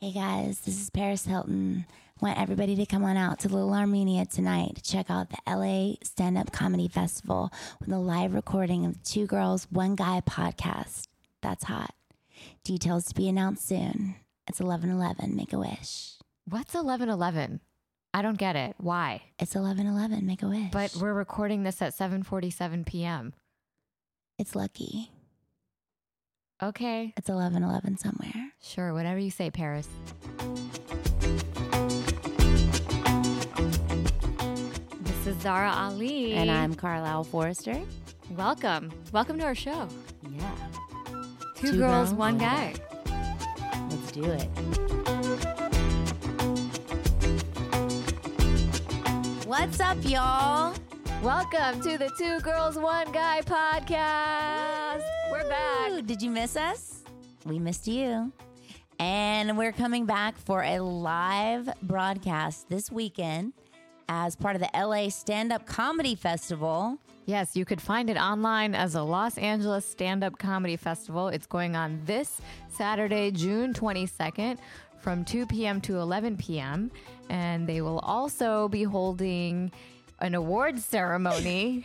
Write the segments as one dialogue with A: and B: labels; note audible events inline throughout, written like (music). A: Hey guys, this is Paris Hilton. Want everybody to come on out to Little Armenia tonight to check out the LA Stand Up Comedy Festival with a live recording of the Two Girls, One Guy podcast. That's hot. Details to be announced soon. It's 1111, make a wish.
B: What's 1111? I don't get it. Why?
A: It's 1111, make a wish.
B: But we're recording this at 7:47 p.m.
A: it's lucky.
B: Okay.
A: It's 1111 somewhere.
B: Sure, whatever you say, Paris. This is Zara Ali.
A: And I'm Carlisle Forrester.
B: Welcome. Welcome to our show.
A: Yeah,
B: Two,
A: Two girls,
B: girls,
A: one
B: one guy.
A: let's do it. What's up, y'all?
B: Welcome to the Two Girls, One Guy podcast. We're
A: Ooh,
B: back.
A: Did you miss us? We missed you. And we're coming back for a live broadcast this weekend as part of the LA Stand Up Comedy Festival.
B: Yes, you could find it online as a Los Angeles stand up comedy festival. It's going on this Saturday, June 22nd from 2 p.m. to 11 p.m. And they will also be holding an
A: (laughs)
B: awards ceremony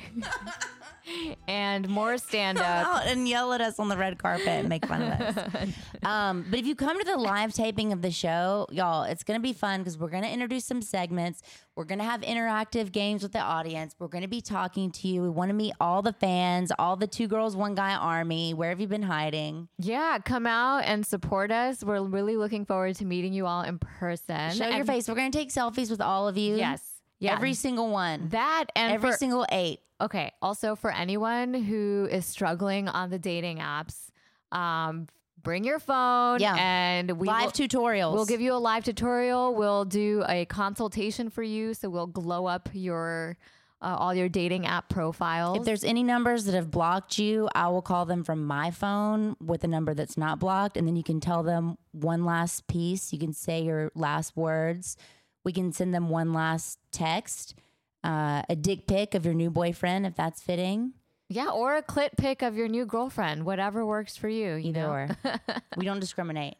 B: and more stand up.
A: out and yell at us on the red carpet and make fun of us.
B: (laughs)
A: Um, but if you come to the live taping of the show, y'all, it's going to be fun because we're going to introduce some segments. We're going to have interactive games with the audience. We're going to be talking to you. We want to meet all the fans, all the two girls, one guy army. Where have you been hiding?
B: Yeah, come out and support us. We're really looking forward to meeting you all in person.
A: Show your
B: And-
A: face. We're going to take selfies with all of you.
B: Yes. Yeah.
A: Every single one.
B: that and
A: Every
B: for-
A: single eight.
B: Okay. Also, for anyone who is struggling on the dating apps, um, bring your phone.
A: Yeah.
B: And we
A: Live
B: will,
A: tutorials.
B: we'll give you a live tutorial. We'll do a consultation for you. So we'll glow up your uh, all your dating app profiles.
A: If there's any numbers that have blocked you, I will call them from my phone with a number that's not blocked. And then you can tell them one last piece. You can say your last words. We can send them one last text, uh, a dick pic of your new boyfriend, if that's fitting.
B: yeah, or a clit pic of your new girlfriend, whatever works for you. you
A: Either
B: know?
A: or. we don't discriminate.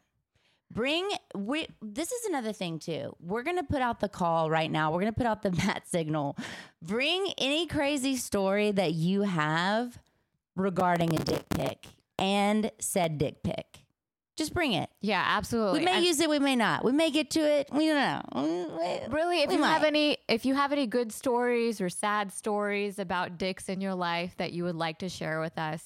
A: Bring we this is another thing too. We're gonna put out the call right now. We're gonna put out the (laughs) bat signal. Bring any crazy story that you have regarding a dick pic and said dick pic. Just bring it.
B: Yeah, absolutely.
A: We may
B: Oh, And-
A: use it, we may not. We may get to it. We don't know.
B: really if
A: We
B: you have
A: might.
B: any if you have any good stories or sad stories about dicks in your life that you would like to share with us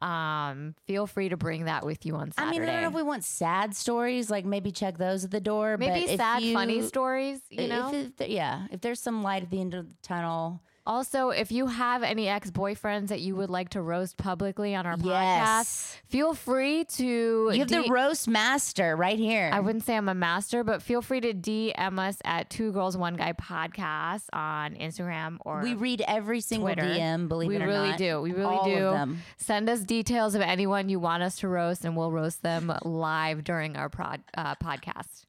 B: um feel free to bring that with you on
A: I
B: saturday
A: mean, I don't know if we want sad stories, like maybe check those at the door.
B: maybe
A: but if
B: sad
A: you-
B: funny stories you
A: if-
B: know
A: if- yeah. If there's some light at the end of the tunnel,
B: also if you have any ex-boyfriends that you would like to roast publicly on our
A: Yes.
B: podcast feel free to
A: You have
B: D-
A: the roast master right here.
B: I wouldn't say I'm a master, but feel free to DM us at Two Girls One Guy Podcast on Instagram or
A: we read every single
B: Twitter.
A: DM, believe
B: we
A: it or
B: really
A: not.
B: do. We really
A: All
B: do.
A: Of them.
B: Send us details of anyone you want us to roast, and we'll roast them live during our prod,
A: (laughs)
B: uh, podcast.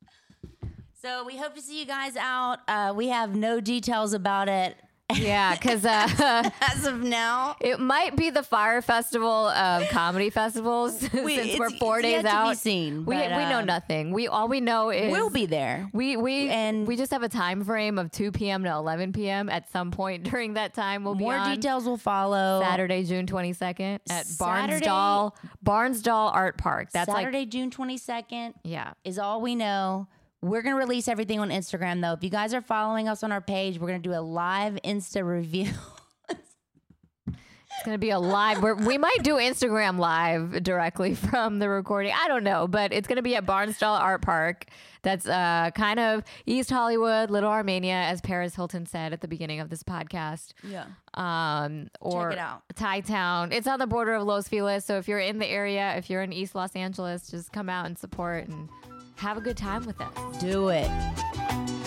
A: So we hope to see you guys out. Uh, we have no details about it
B: Yeah, because uh, (laughs)
A: as of now.
B: it might be the Fire Festival of comedy festivals (laughs) since
A: it's-
B: we're four
A: it's
B: days
A: yet to be
B: out.
A: seen,
B: we
A: but,
B: we know
A: um,
B: nothing. We all we know is
A: We'll be there.
B: We we
A: and-
B: and we just have a time frame of two p.m. to eleven p.m. At some point (laughs) during that time, we'll
A: More
B: be on
A: details will follow.
B: Saturday, June twenty second at
A: Saturday-
B: Barnesdall Barnesdall Art Park. That's like
A: Saturday, June 22nd
B: yeah.
A: is all we know. We're going to release everything on Instagram, though. If you guys are following us on our page, we're going to do a live Insta review.
B: It's gonna be a live. We're, we might do Instagram live directly (laughs) from the recording. I don't know, but it's gonna be at Barnstall Art Park. That's uh, kind of East Hollywood, Little Armenia, as Paris Hilton said at the beginning of this podcast.
A: (laughs) yeah.
B: Um, or
A: it out.
B: Thai Town. It's on the border of Los Feliz, so if you're in the area, if you're in East Los Angeles, just come out and support and have a good time with us.
A: Do it.